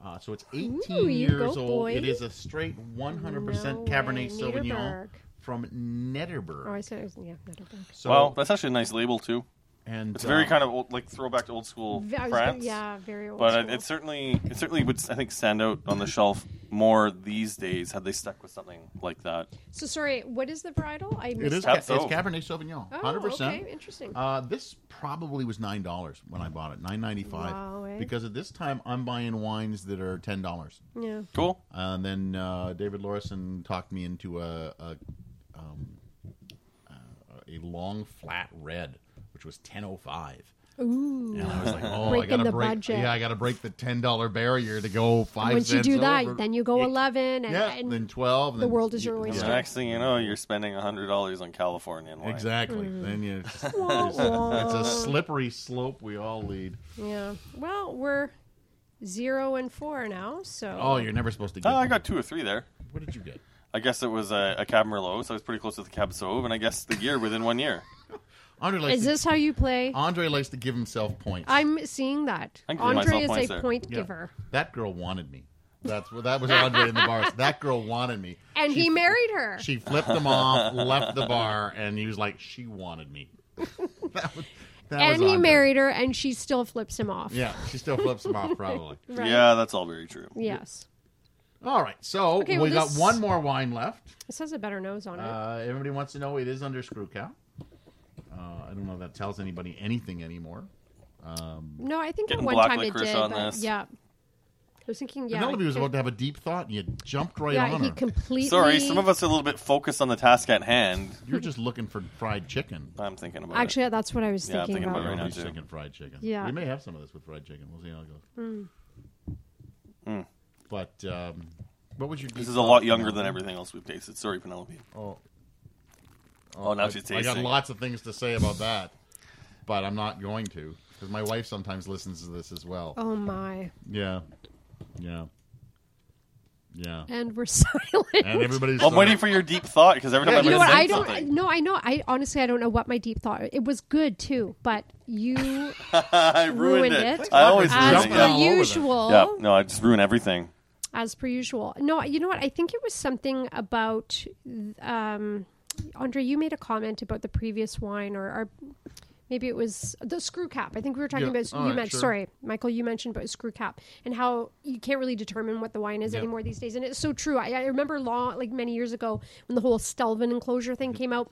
S2: Uh, so it's 18
S4: Ooh, you
S2: years
S4: go,
S2: old.
S4: boy.
S2: It is a straight 100%
S4: No way.
S2: Cabernet Sauvignon
S4: Nederberg.
S2: from Nederberg.
S4: Oh, I said it was, yeah, not
S2: So,
S3: well, that's actually a nice label too.
S2: and
S3: It's very
S2: uh,
S3: kind of old, like throwback to old school France.
S4: yeah, very old.
S3: But it,
S4: school.
S3: it certainly, it certainly would, I think, stand out on the shelf more these days had they stuck with something like that.
S4: so sorry. What is the bridal? I
S2: It
S4: missed.
S2: is
S4: that.
S2: ca-
S3: Cab
S2: it's
S3: Sauv.
S2: Cabernet Sauvignon,
S4: Oh,
S2: 100%.
S4: okay, interesting.
S2: Uh, this probably was nine dollars when I bought it, nine ninety five.
S4: Wow, eh?
S2: Because at this time, I'm buying wines that are ten dollars.
S4: yeah.
S3: Cool.
S2: And then uh, David Lorison talked me into a a, um, uh, a long flat red, which was ten oh five.
S4: Ooh.
S2: And I was like, oh, I
S4: Breaking
S2: gotta
S4: the
S2: break.
S4: budget.
S2: Yeah, I gotta break the ten dollar barrier to go five.
S4: Once you
S2: cents
S4: do that,
S2: over.
S4: then you go eleven, and,
S2: yeah,
S4: and
S2: then twelve.
S4: the world is your oyster.
S3: So
S4: Yeah.
S3: next thing you know, you're spending hundred dollars on California wine.
S2: Exactly.
S4: Hmm.
S2: Then you.
S4: Wah, wah.
S2: It's a slippery slope we all lead.
S4: Yeah. Well, we're zero and four now, so
S2: Oh, you're never supposed to get.
S3: Oh, I got two or three there.
S2: What did you get?
S3: I guess it was a, a Cab Merlot, so I was pretty close to the Cab Sauv, and I guess the year within one year.
S2: Andre likes.
S4: is
S2: to,
S4: this how you play?
S2: Andre likes to give himself points.
S4: I'm seeing that.
S3: I can give
S4: Andre
S3: myself
S4: is a
S3: points there.
S4: point
S2: Yeah.
S4: giver,
S2: That girl wanted me. That's what that was Andre in the bars. That girl wanted me.
S4: and he married her.
S2: She flipped him off, left the bar, and he was like, "She wanted me." that was, that was
S4: and he
S2: Andre.
S4: married her, and she still flips him off.
S2: Yeah, she still flips him off probably.
S4: Right?
S3: Yeah, that's all very true.
S4: Yes.
S2: All right, so
S4: Okay,
S2: we
S4: well,
S2: got
S4: this-
S2: one more wine left.
S4: This has a better nose on it.
S2: Uh, everybody wants to know it is under screw cow. Uh, I don't know if that tells anybody anything anymore.
S4: no, I think at
S3: getting
S4: one
S3: black
S4: time it
S3: licorice
S4: did.
S3: on
S4: but
S3: this.
S4: Yeah. I was thinking.
S2: Yeah,
S4: Yeah.
S2: Penelope was
S4: I-
S2: about to have a deep thought, and you jumped right
S4: yeah,
S2: on
S4: he
S2: her.
S4: completely.
S3: Sorry, some of us are a little bit focused on the task at hand.
S2: you were just looking for fried chicken.
S3: I'm thinking about
S4: Actually, that's what I was
S3: Yeah, I'm
S4: thinking,
S3: thinking
S4: about.
S3: about it right now.
S2: Nobody's
S3: too.
S2: thinking fried chicken.
S4: Yeah. Hmm.
S2: we may have some of this with fried chicken. We'll see how it goes. But um, what was your?
S3: it. Hmm. This is a lot younger than everything else we've tasted. Sorry, Penelope.
S2: Oh,
S3: Oh, now she's
S2: I
S3: tasting.
S2: got lots of things to say about that, but I'm not going to because my wife sometimes listens to this as well.
S4: Oh my!
S2: Yeah, yeah, yeah.
S4: And we're silent.
S2: And everybody's.
S3: I'm waiting
S2: sorry.
S3: for your deep thought because every time
S2: Yeah,
S3: I'm
S4: you know
S3: going
S4: what?
S3: to
S4: I
S3: say
S4: don't.
S3: something,
S4: No, I know. I honestly, I don't know what my deep thought. It was good too, but you
S3: I ruined
S4: ruined
S3: it.
S4: it.
S3: I always
S4: as
S2: Jumping
S3: ruin it. Yeah.
S4: per
S2: all over
S4: usual.
S3: yeah, no, I just ruin everything.
S4: As per usual. No, you know what? I think it was something about um, Andre. You made a comment about the previous wine, or, or maybe it was the screw cap. I think we were talking
S2: Yeah,
S4: about
S2: all
S4: you
S2: right,
S4: mentioned
S2: sure.
S4: sorry, Michael, you mentioned about screw cap and how you can't really determine what the wine is
S2: Yeah.
S4: anymore these days. And it's so true. I, I remember long like many years ago when the whole Stelvin enclosure
S2: Mm-hmm.
S4: thing came out.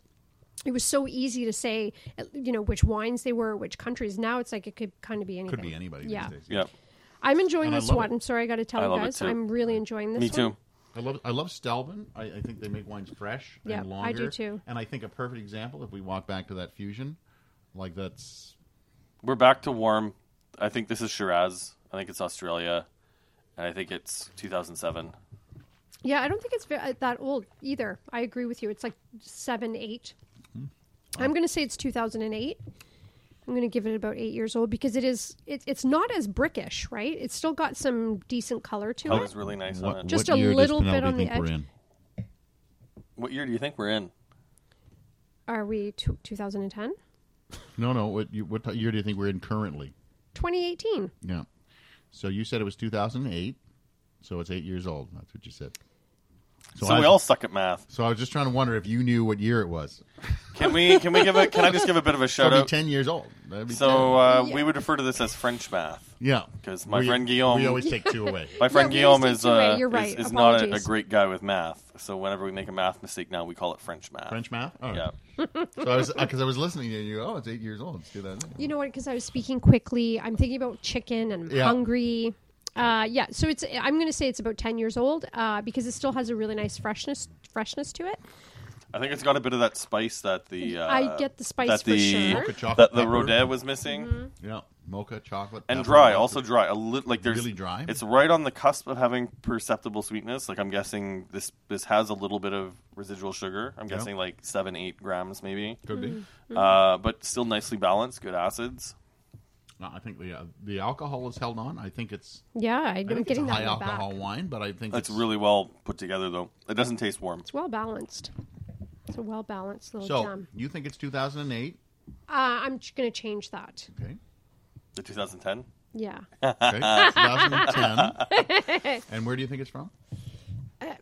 S4: It was so easy to say, you know, which wines they were, which countries. Now it's like it could kind of be anything.
S2: Could be anybody
S4: Yeah.
S2: these days.
S3: Yeah,
S4: I'm enjoying
S2: And I
S4: this
S2: love
S4: one.
S2: it.
S4: I'm sorry, I got to tell
S3: I
S4: you
S3: love it
S4: guys.
S3: too.
S4: I'm really enjoying this.
S3: me
S4: one.
S3: too.
S2: I love I love Stelvin. I, I think they make wines fresh
S4: Yeah,
S2: and longer.
S4: I do too.
S2: And I think a perfect example if we walk back to that fusion, like that's
S3: We're back to warm. I think this is Shiraz. I think it's Australia, and I think it's 2007.
S4: Yeah, I don't think it's ve- uh, that old either. I agree with you. It's like seven, eight.
S2: Mm-hmm.
S4: I'm going to say it's 2008. I'm going to give it about eight years old because it is. It, it's not as brickish, right? It's still got some decent color to
S3: That
S4: it.
S3: was really nice on it.
S2: what,
S4: Just
S2: what
S4: a
S2: year does
S4: little bit
S2: Penelope
S4: on the
S2: think we're
S4: edge.
S2: in?
S3: What year do you think we're in?
S4: Are we t- 2010?
S2: No, no. What, you, what year do you think we're in currently?
S4: 2018.
S2: Yeah. So you said it was 2008. So it's eight years old. That's what you said.
S3: So,
S2: I,
S3: we all suck at math.
S2: So I was just trying to wonder if you knew what year it was.
S3: Can we? Can we give a? Can I just give a bit of a shout
S2: That'd be
S3: out?
S2: 10 years old. That'd be
S3: So uh,
S4: Yeah.
S3: we would refer to this as French math.
S2: 10. yeah,
S3: 'cause my
S2: We-
S3: friend Guillaume-
S2: We always take two away.
S3: My friend
S4: we
S3: Guillaume
S4: always
S3: is
S4: take two away.
S3: uh,
S4: You're right.
S3: is, is not a, a
S4: Apologies.
S3: great guy with math. So whenever we make a math mistake now, we call it French math.
S2: French math. Oh.
S3: uh, Yeah.
S2: So I was because I was listening to you. Oh, it's eight years old. Let's do that.
S4: You know what? Because I was speaking quickly. I'm thinking about chicken and I'm
S2: Yeah.
S4: hungry. Uh, yeah, so it's. I'm going to say it's about 10 years old uh, because it still has a really nice freshness freshness to it.
S3: I think it's got a bit of that spice that the uh,
S4: I get the spice
S3: that
S4: for
S3: the
S4: sure. Mm-hmm.
S2: Mocha chocolate
S3: that the
S2: pepper.
S3: Rodet was missing
S2: Yeah, mocha chocolate
S3: and
S2: pepper,
S3: dry,
S2: mocha.
S3: also dry. A li- like there's
S2: Really dry?
S3: It's right on the cusp of having perceptible sweetness. Like I'm guessing this this has a little bit of residual sugar. I'm
S2: Yeah.
S3: guessing like seven eight grams maybe,
S2: Could
S4: Mm.
S2: be.
S4: Mm-hmm.
S3: uh, but still nicely balanced, good acids.
S2: No, I think the uh, the alcohol is held on. I think it's
S4: Yeah,
S2: I
S4: I, am
S2: think it's
S4: getting
S2: a high
S4: that one back.
S2: alcohol wine, but I think
S3: It's
S2: it's,
S3: really well put together though. It doesn't taste warm.
S4: It's well balanced. It's a well balanced little
S2: so.
S4: gem.
S2: You think it's 2008?
S4: Uh, I'm just going to change that.
S2: Okay,
S3: The 2010.
S4: Yeah.
S3: Uh,
S2: okay, 2010. and where do you think it's from?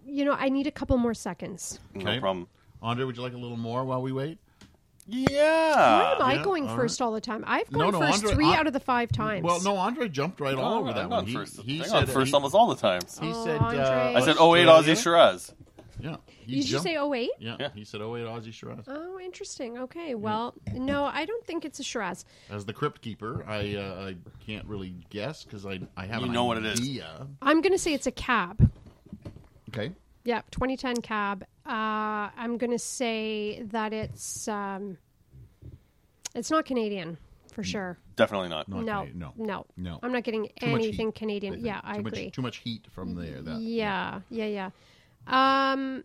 S4: You know, I need a couple more seconds.
S3: No
S2: Okay.
S3: problem.
S2: Andre, would you like a little more while we wait?
S4: Why
S3: Yeah.
S4: am I
S2: yeah,
S4: going
S2: all
S4: first all the time? I've
S2: No,
S4: gone
S2: no,
S4: first
S2: Andre,
S4: three
S2: I-
S4: out of the five times.
S2: Well, no, Andre jumped right all over
S3: I'm
S2: that
S3: on
S2: one. He,
S3: first,
S2: he
S3: I'm
S2: said
S3: on first
S2: he,
S3: almost all the times.
S2: he
S4: Oh,
S2: said.
S4: Andre.
S2: Uh,
S3: I said 08 Aussie
S2: Australia.
S3: Shiraz.
S2: Yeah, he
S4: Did you
S2: jumped-
S4: say 08?
S2: Yeah,
S3: Yeah.
S2: he said 08 Aussie Shiraz.
S4: Oh, interesting. Okay. Well, no, I don't think it's a Shiraz.
S2: As the crypt keeper, I uh, I can't really guess because I I have
S3: You
S2: an
S3: know what it is.
S2: idea. What it
S4: I'm going to say it's a cab.
S2: is. Okay,
S4: Yeah, 2010 cab. Uh, I'm going to say that it's um, it's not Canadian
S2: Mm.
S4: for sure.
S3: Definitely not.
S2: Not
S4: no,
S2: Canadian, no,
S4: no,
S2: No.
S4: I'm not getting
S2: Too much
S4: anything
S2: heat,
S4: Canadian.
S2: I think.
S4: Yeah, I
S2: too
S4: agree.
S2: Much, too much heat from there. That
S4: yeah, yeah, yeah. Um,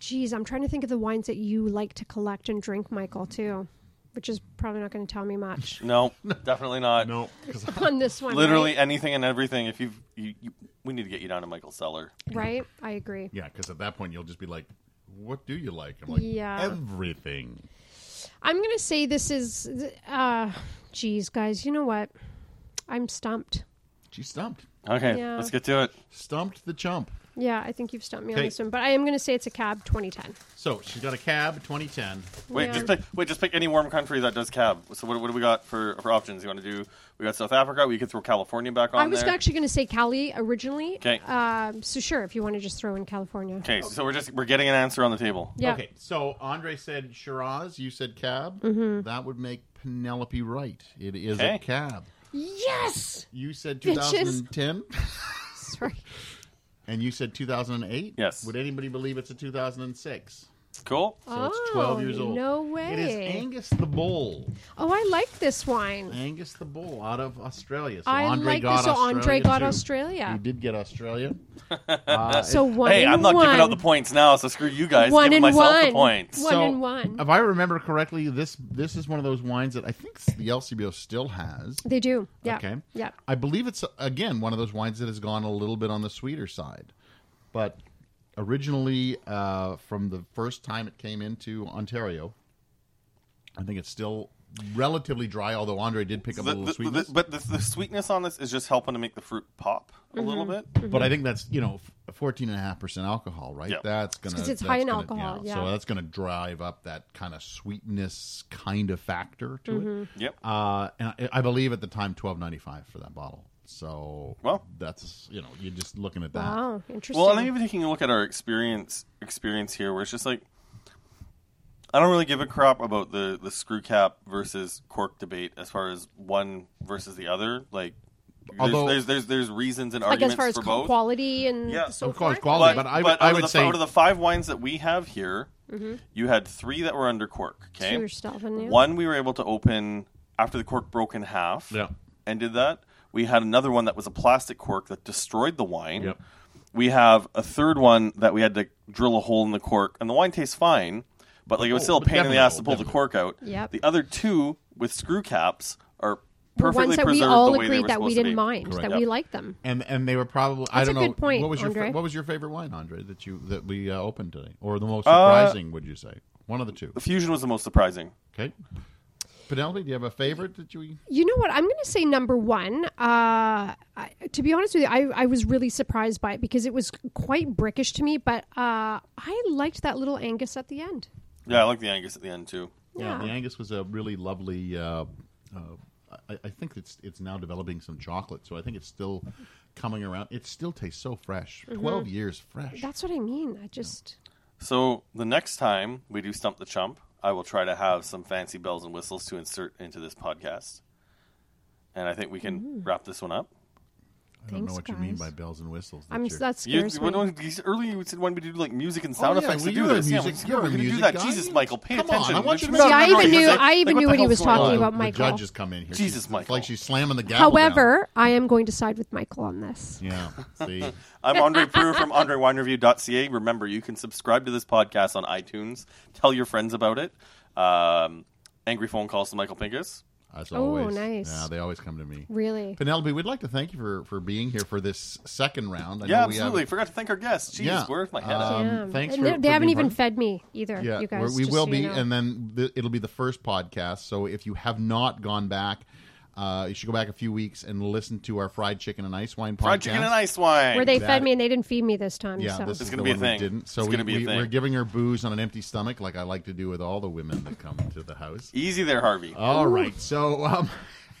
S4: geez, I'm trying to think of the wines that you like to collect and drink, Michael, too, which is probably not going to tell me much
S3: No, definitely not.
S2: no, 'cause
S4: on this one.
S3: Literally anything and everything. If you've, you, you, we need to get you down to Michael's cellar.
S4: right? right? I agree.
S2: yeah, because at that point you'll just be like, "What do you like?" I'm like,
S4: Yeah.
S2: everything."
S4: I'm going to say this is, uh, geez, guys, you know what? I'm stumped.
S2: She stumped,
S3: Okay,
S4: Yeah.
S3: let's get to it.
S2: stumped the chump.
S4: Yeah, I think you've stumped me on
S2: Okay.
S4: this one, but I am going to say it's a cab 2010.
S2: So she's got a cab 2010.
S3: Wait,
S4: Yeah.
S3: just pick. Wait, just pick any warm country that does cab. So what, what do we got for, for options? You want to do? We got South Africa. We could throw California back on
S4: I was
S3: there.
S4: actually going to say Cali originally.
S3: 'Kay.
S4: Um, so sure, if you want to just throw in California.
S3: okay, so we're just we're getting an answer on the table.
S4: Yeah.
S2: Okay, so Andre said Shiraz. You said cab.
S4: Mm-hmm.
S2: That would make Penelope right. It is
S3: Okay.
S2: a cab.
S4: Yes.
S2: You said
S4: Bitches.
S2: 2010.
S4: Sorry.
S2: And you said 2008?
S3: Yes.
S2: Would anybody believe it's a 2006?
S3: Cool.
S2: So it's 12 years
S4: Oh,
S2: old.
S4: no
S2: It is
S4: way.
S2: Angus the Bull.
S4: Oh, I like this wine.
S2: Angus the Bull out of Australia. So
S4: I
S2: Andre
S4: like
S2: got
S4: this. So
S2: Australia
S4: Andre got
S2: too. He
S4: Australia.
S2: did get Australia. Uh,
S4: So one
S3: hey,
S4: and
S3: I'm not
S4: one.
S3: giving out the points now, so screw you guys.
S4: One
S3: giving
S4: and
S3: myself the
S4: one.
S3: points.
S4: One
S2: so,
S4: and one.
S2: If I remember correctly, this this is one of those wines that I think the LCBO still has.
S4: They do. Yeah.
S2: Okay.
S4: Yeah.
S2: I believe it's again one of those wines that has gone a little bit on the sweeter side, but originally uh, from the first time it came into Ontario, I think it's still relatively dry, although Andre did pick up a
S3: The-
S2: little
S3: the- the-
S2: sweetness.
S3: but the, the sweetness on this is just helping to make the fruit pop a little bit.
S4: Mm-hmm.
S2: But I think that's you know fourteen and a half percent alcohol, right?
S3: Yeah.
S2: That's gonna
S4: 'cause it's
S2: that's
S4: high in
S2: gonna-
S4: alcohol,
S2: so
S4: yeah.
S2: that's gonna drive up that kind of sweetness kind of factor to it.
S4: Mm-hmm.
S3: Yep.
S2: Uh, and I, I believe at the time twelve ninety five for that bottle. So
S3: Well.
S2: that's you know you're just looking at that.
S4: Wow, Oh, interesting.
S3: Uh, Well, and I'm even taking a look at our experience experience here, where it's just like I don't really give a crap about the the screw cap versus cork debate as far as one versus the other. Like, there's-
S2: Although-
S3: there's, there's there's reasons and
S4: like
S3: arguments
S4: as far as
S3: for
S4: qu-
S3: both.
S4: quality and
S3: Yeah,
S4: so
S2: of course,
S4: forth?
S2: quality,
S3: but
S2: but, I,
S3: but
S2: I
S3: out
S2: would
S3: of the,
S2: say
S3: out of the five wines that we have here,
S4: Mm-hmm.
S3: you had three that were under cork. Okay,
S4: Two were Stelvin, yeah.
S3: one we were able to open after the cork broke in half.
S2: Yeah.
S3: and did that. We had another one that was a plastic cork that destroyed the wine.
S2: Yep.
S3: We have a third one that we had to drill a hole in the cork, and the wine tastes fine, but like it was
S2: Oh,
S3: still a
S2: but
S3: pain in the
S2: definitely,
S3: ass to pull the
S2: definitely.
S3: cork out.
S4: Yep.
S3: The other two with screw caps are
S4: The
S3: perfectly
S4: ones that we
S3: preserved
S4: all
S3: the way they
S4: agreed
S3: were
S4: that we
S3: supposed
S4: didn't
S3: to be.
S4: mind,
S2: Correct.
S4: that
S3: Yep.
S4: we liked them.
S2: and and they were probably I
S4: That's
S2: don't
S4: a
S2: know
S4: good point,
S2: what was your
S4: Andre.
S2: fa- what was your favorite wine, Andre, that you that we uh, opened today, or the most surprising? would you say one of the two?
S3: The fusion was the most surprising.
S2: Okay, Penelope, do you have a favorite that you?
S4: You know what? I'm going to say number one. Uh, I, to be honest with you, I, I was really surprised by it because it was quite brickish to me, but uh, I liked that little Angus at the end.
S3: Yeah, I like the Angus at the end too.
S2: Yeah,
S4: Yeah.
S2: the Angus was a really lovely. Uh, uh, I, I think it's it's now developing some chocolate, so I think it's still coming around. It still tastes so fresh.
S4: Mm-hmm.
S2: Twelve years fresh.
S4: That's what I mean. I just.
S3: So the next time we do stump the chump, I will try to have some fancy bells and whistles to insert into this podcast, and I think we can wrap this one up.
S2: I don't know
S4: Thanks,
S2: what you mean
S4: guys.
S2: by bells and whistles.
S4: I'm,
S2: That's your-
S4: that
S3: You,
S4: scares me.
S3: when, you- earlier you said when we do like music and sound
S2: Oh, yeah,
S3: effects
S2: well,
S3: to do
S2: you're a
S3: this. yeah,
S2: music-
S3: we-
S2: you're a
S3: we're going to do
S2: music
S3: that.
S2: guy.
S3: Jesus, Michael, pay
S2: Come on,
S3: attention.
S2: I want you to-
S3: We're
S2: See,
S3: not-
S2: I
S3: we're not
S2: even
S3: gonna
S2: knew-
S3: say,
S4: I even
S3: what the
S4: knew what he
S3: hell's
S4: was
S3: going
S4: talking
S3: on?
S4: about.
S2: the
S4: Michael.
S2: judge is coming here.
S3: Jesus,
S2: She's-
S3: Michael.
S2: Like she's slamming the gavel. down.
S4: However, I am going to side with Michael on this.
S2: yeah. See,
S3: I'm Andre Prue from AndreWineReview.ca. Remember, you can subscribe to this podcast on iTunes. Tell your friends about it. Um, angry phone calls to Michael Pincus.
S2: as
S4: Oh,
S2: always,
S4: nice.
S2: Yeah, they always come to me.
S4: Really?
S2: Penelope, we'd like to thank you for, for being here for this second round. I
S3: Yeah,
S2: know we have-
S3: absolutely. Forgot to thank our guests. Jeez,
S2: Yeah.
S3: where's my head at?
S2: Um,
S4: Damn.
S2: thanks
S4: And
S2: for-
S4: they,
S2: for
S4: they haven't
S2: being
S4: even
S2: part-
S4: fed me either.
S2: Yeah,
S4: you guys.
S2: we're- we
S4: just
S2: will
S4: so
S2: be,
S4: you know.
S2: and then the, it'll be the first podcast. So if you have not gone back, uh, you should go back a few weeks and listen to our fried chicken and ice wine podcast.
S3: Fried chicken and ice wine.
S4: where they
S2: that-
S4: fed me and they didn't feed me this time.
S2: Yeah,
S4: so.
S2: this is
S3: It's gonna
S2: the
S3: be a
S2: one we
S3: thing.
S2: Didn't. So
S3: It's
S2: we,
S3: gonna be a
S2: we,
S3: thing.
S2: We're giving her booze on an empty stomach, like I like to do with all the women that come to the house.
S3: Easy there, Harvey.
S2: All right, so um,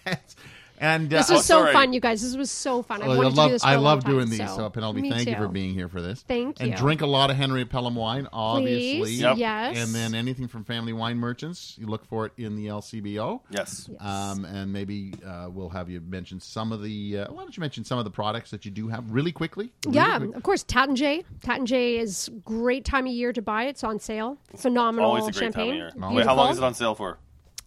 S2: and uh,
S4: This
S3: Oh,
S4: was so
S3: sorry.
S4: fun, you guys. This was so fun. I,
S2: I love,
S4: wanted to do this. For
S2: I
S4: a
S2: love
S4: long time,
S2: doing these. So, Penelope,
S4: me
S2: thank you
S4: too.
S2: for being here for this.
S4: Thank
S2: And
S4: you.
S2: drink a lot of Henry Pelham wine, obviously.
S4: Please,
S3: Yep.
S4: yes.
S2: And then anything from Family Wine Merchants, you look for it in the LCBO.
S3: Yes.
S4: Yes.
S2: Um, and maybe uh, we'll have you mention some of the. Uh, why don't you mention some of the products that you do have really quickly? Really
S4: yeah,
S2: quick.
S4: of course, Tat and Jay. Tat and Jay is great time of year to buy. It's on sale. Phenomenal
S3: Always a great
S4: champagne.
S3: time of year.
S4: Beautiful.
S3: Wait, how long is it on sale for?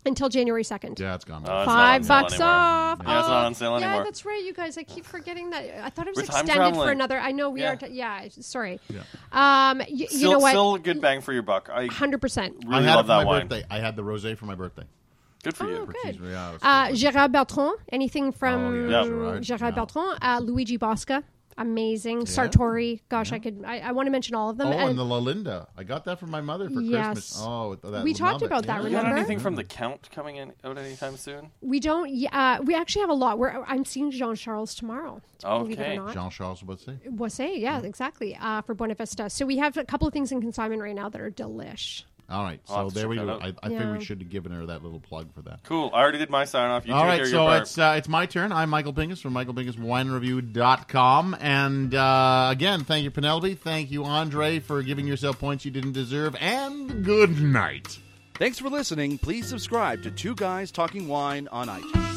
S4: Until January second.
S2: Yeah, it's gone.
S3: Uh, it's not on
S4: Five
S3: sale
S4: bucks
S3: anymore.
S4: off.
S3: Yeah, it's not on sale
S4: Oh,
S3: anymore.
S4: Yeah, that's right, you guys. I keep forgetting that. I thought it was
S3: We're time
S4: extended for
S3: traveling.
S4: another. I know we
S3: Yeah.
S4: are. T- yeah, sorry.
S2: Yeah.
S4: Um, y- you
S3: still,
S4: know
S3: still a
S4: what?
S3: good bang for your buck. I
S4: Hundred percent.
S2: I
S3: really
S2: had
S3: love
S2: it for my
S3: that wine.
S2: birthday. I had the rosé for my birthday.
S3: Good for
S4: Oh,
S3: you.
S4: good.
S2: Yeah, it was
S4: Uh,
S2: good.
S4: Gérard Bertrand, anything from
S2: Oh, yeah,
S4: um,
S2: Gerard,
S4: Gérard
S2: yeah.
S4: Bertrand? Uh, Luigi Bosca, amazing. Sartori, gosh, I could. I, I want to mention all of them.
S2: Oh, and
S4: Um, And-
S2: the La Linda. I got that for my mother for
S4: Yes.
S2: Christmas. Oh, that
S4: We
S2: love
S4: talked
S2: it.
S4: about that,
S3: You got
S4: Remember?
S3: anything from the Count coming in out anytime soon?
S4: we don't. y- Uh, we actually have a lot. We're, I'm seeing Jean Charles tomorrow. Believe it
S3: Okay.
S4: or not.
S2: Jean Charles would say.
S4: Was say yeah, exactly. Uh, for Buena Vista. So we have a couple of things in consignment right now that are delish.
S2: All right,
S3: I'll have
S2: so
S3: to
S2: there
S3: check
S2: we
S3: that
S2: go.
S3: out.
S2: I, I
S4: Yeah.
S2: think we should have given her that little plug for that.
S3: Cool. I already did my sign off. You
S2: All
S3: take
S2: right,
S3: care of your
S2: so
S3: part.
S2: it's uh, it's my turn. I'm Michael Pingus from MichaelPingusWineReview.com. And uh, again, thank you, Penelope. Thank you, Andre, for giving yourself points you didn't deserve. And good night.
S1: Thanks for listening. Please subscribe to Two Guys Talking Wine on iTunes.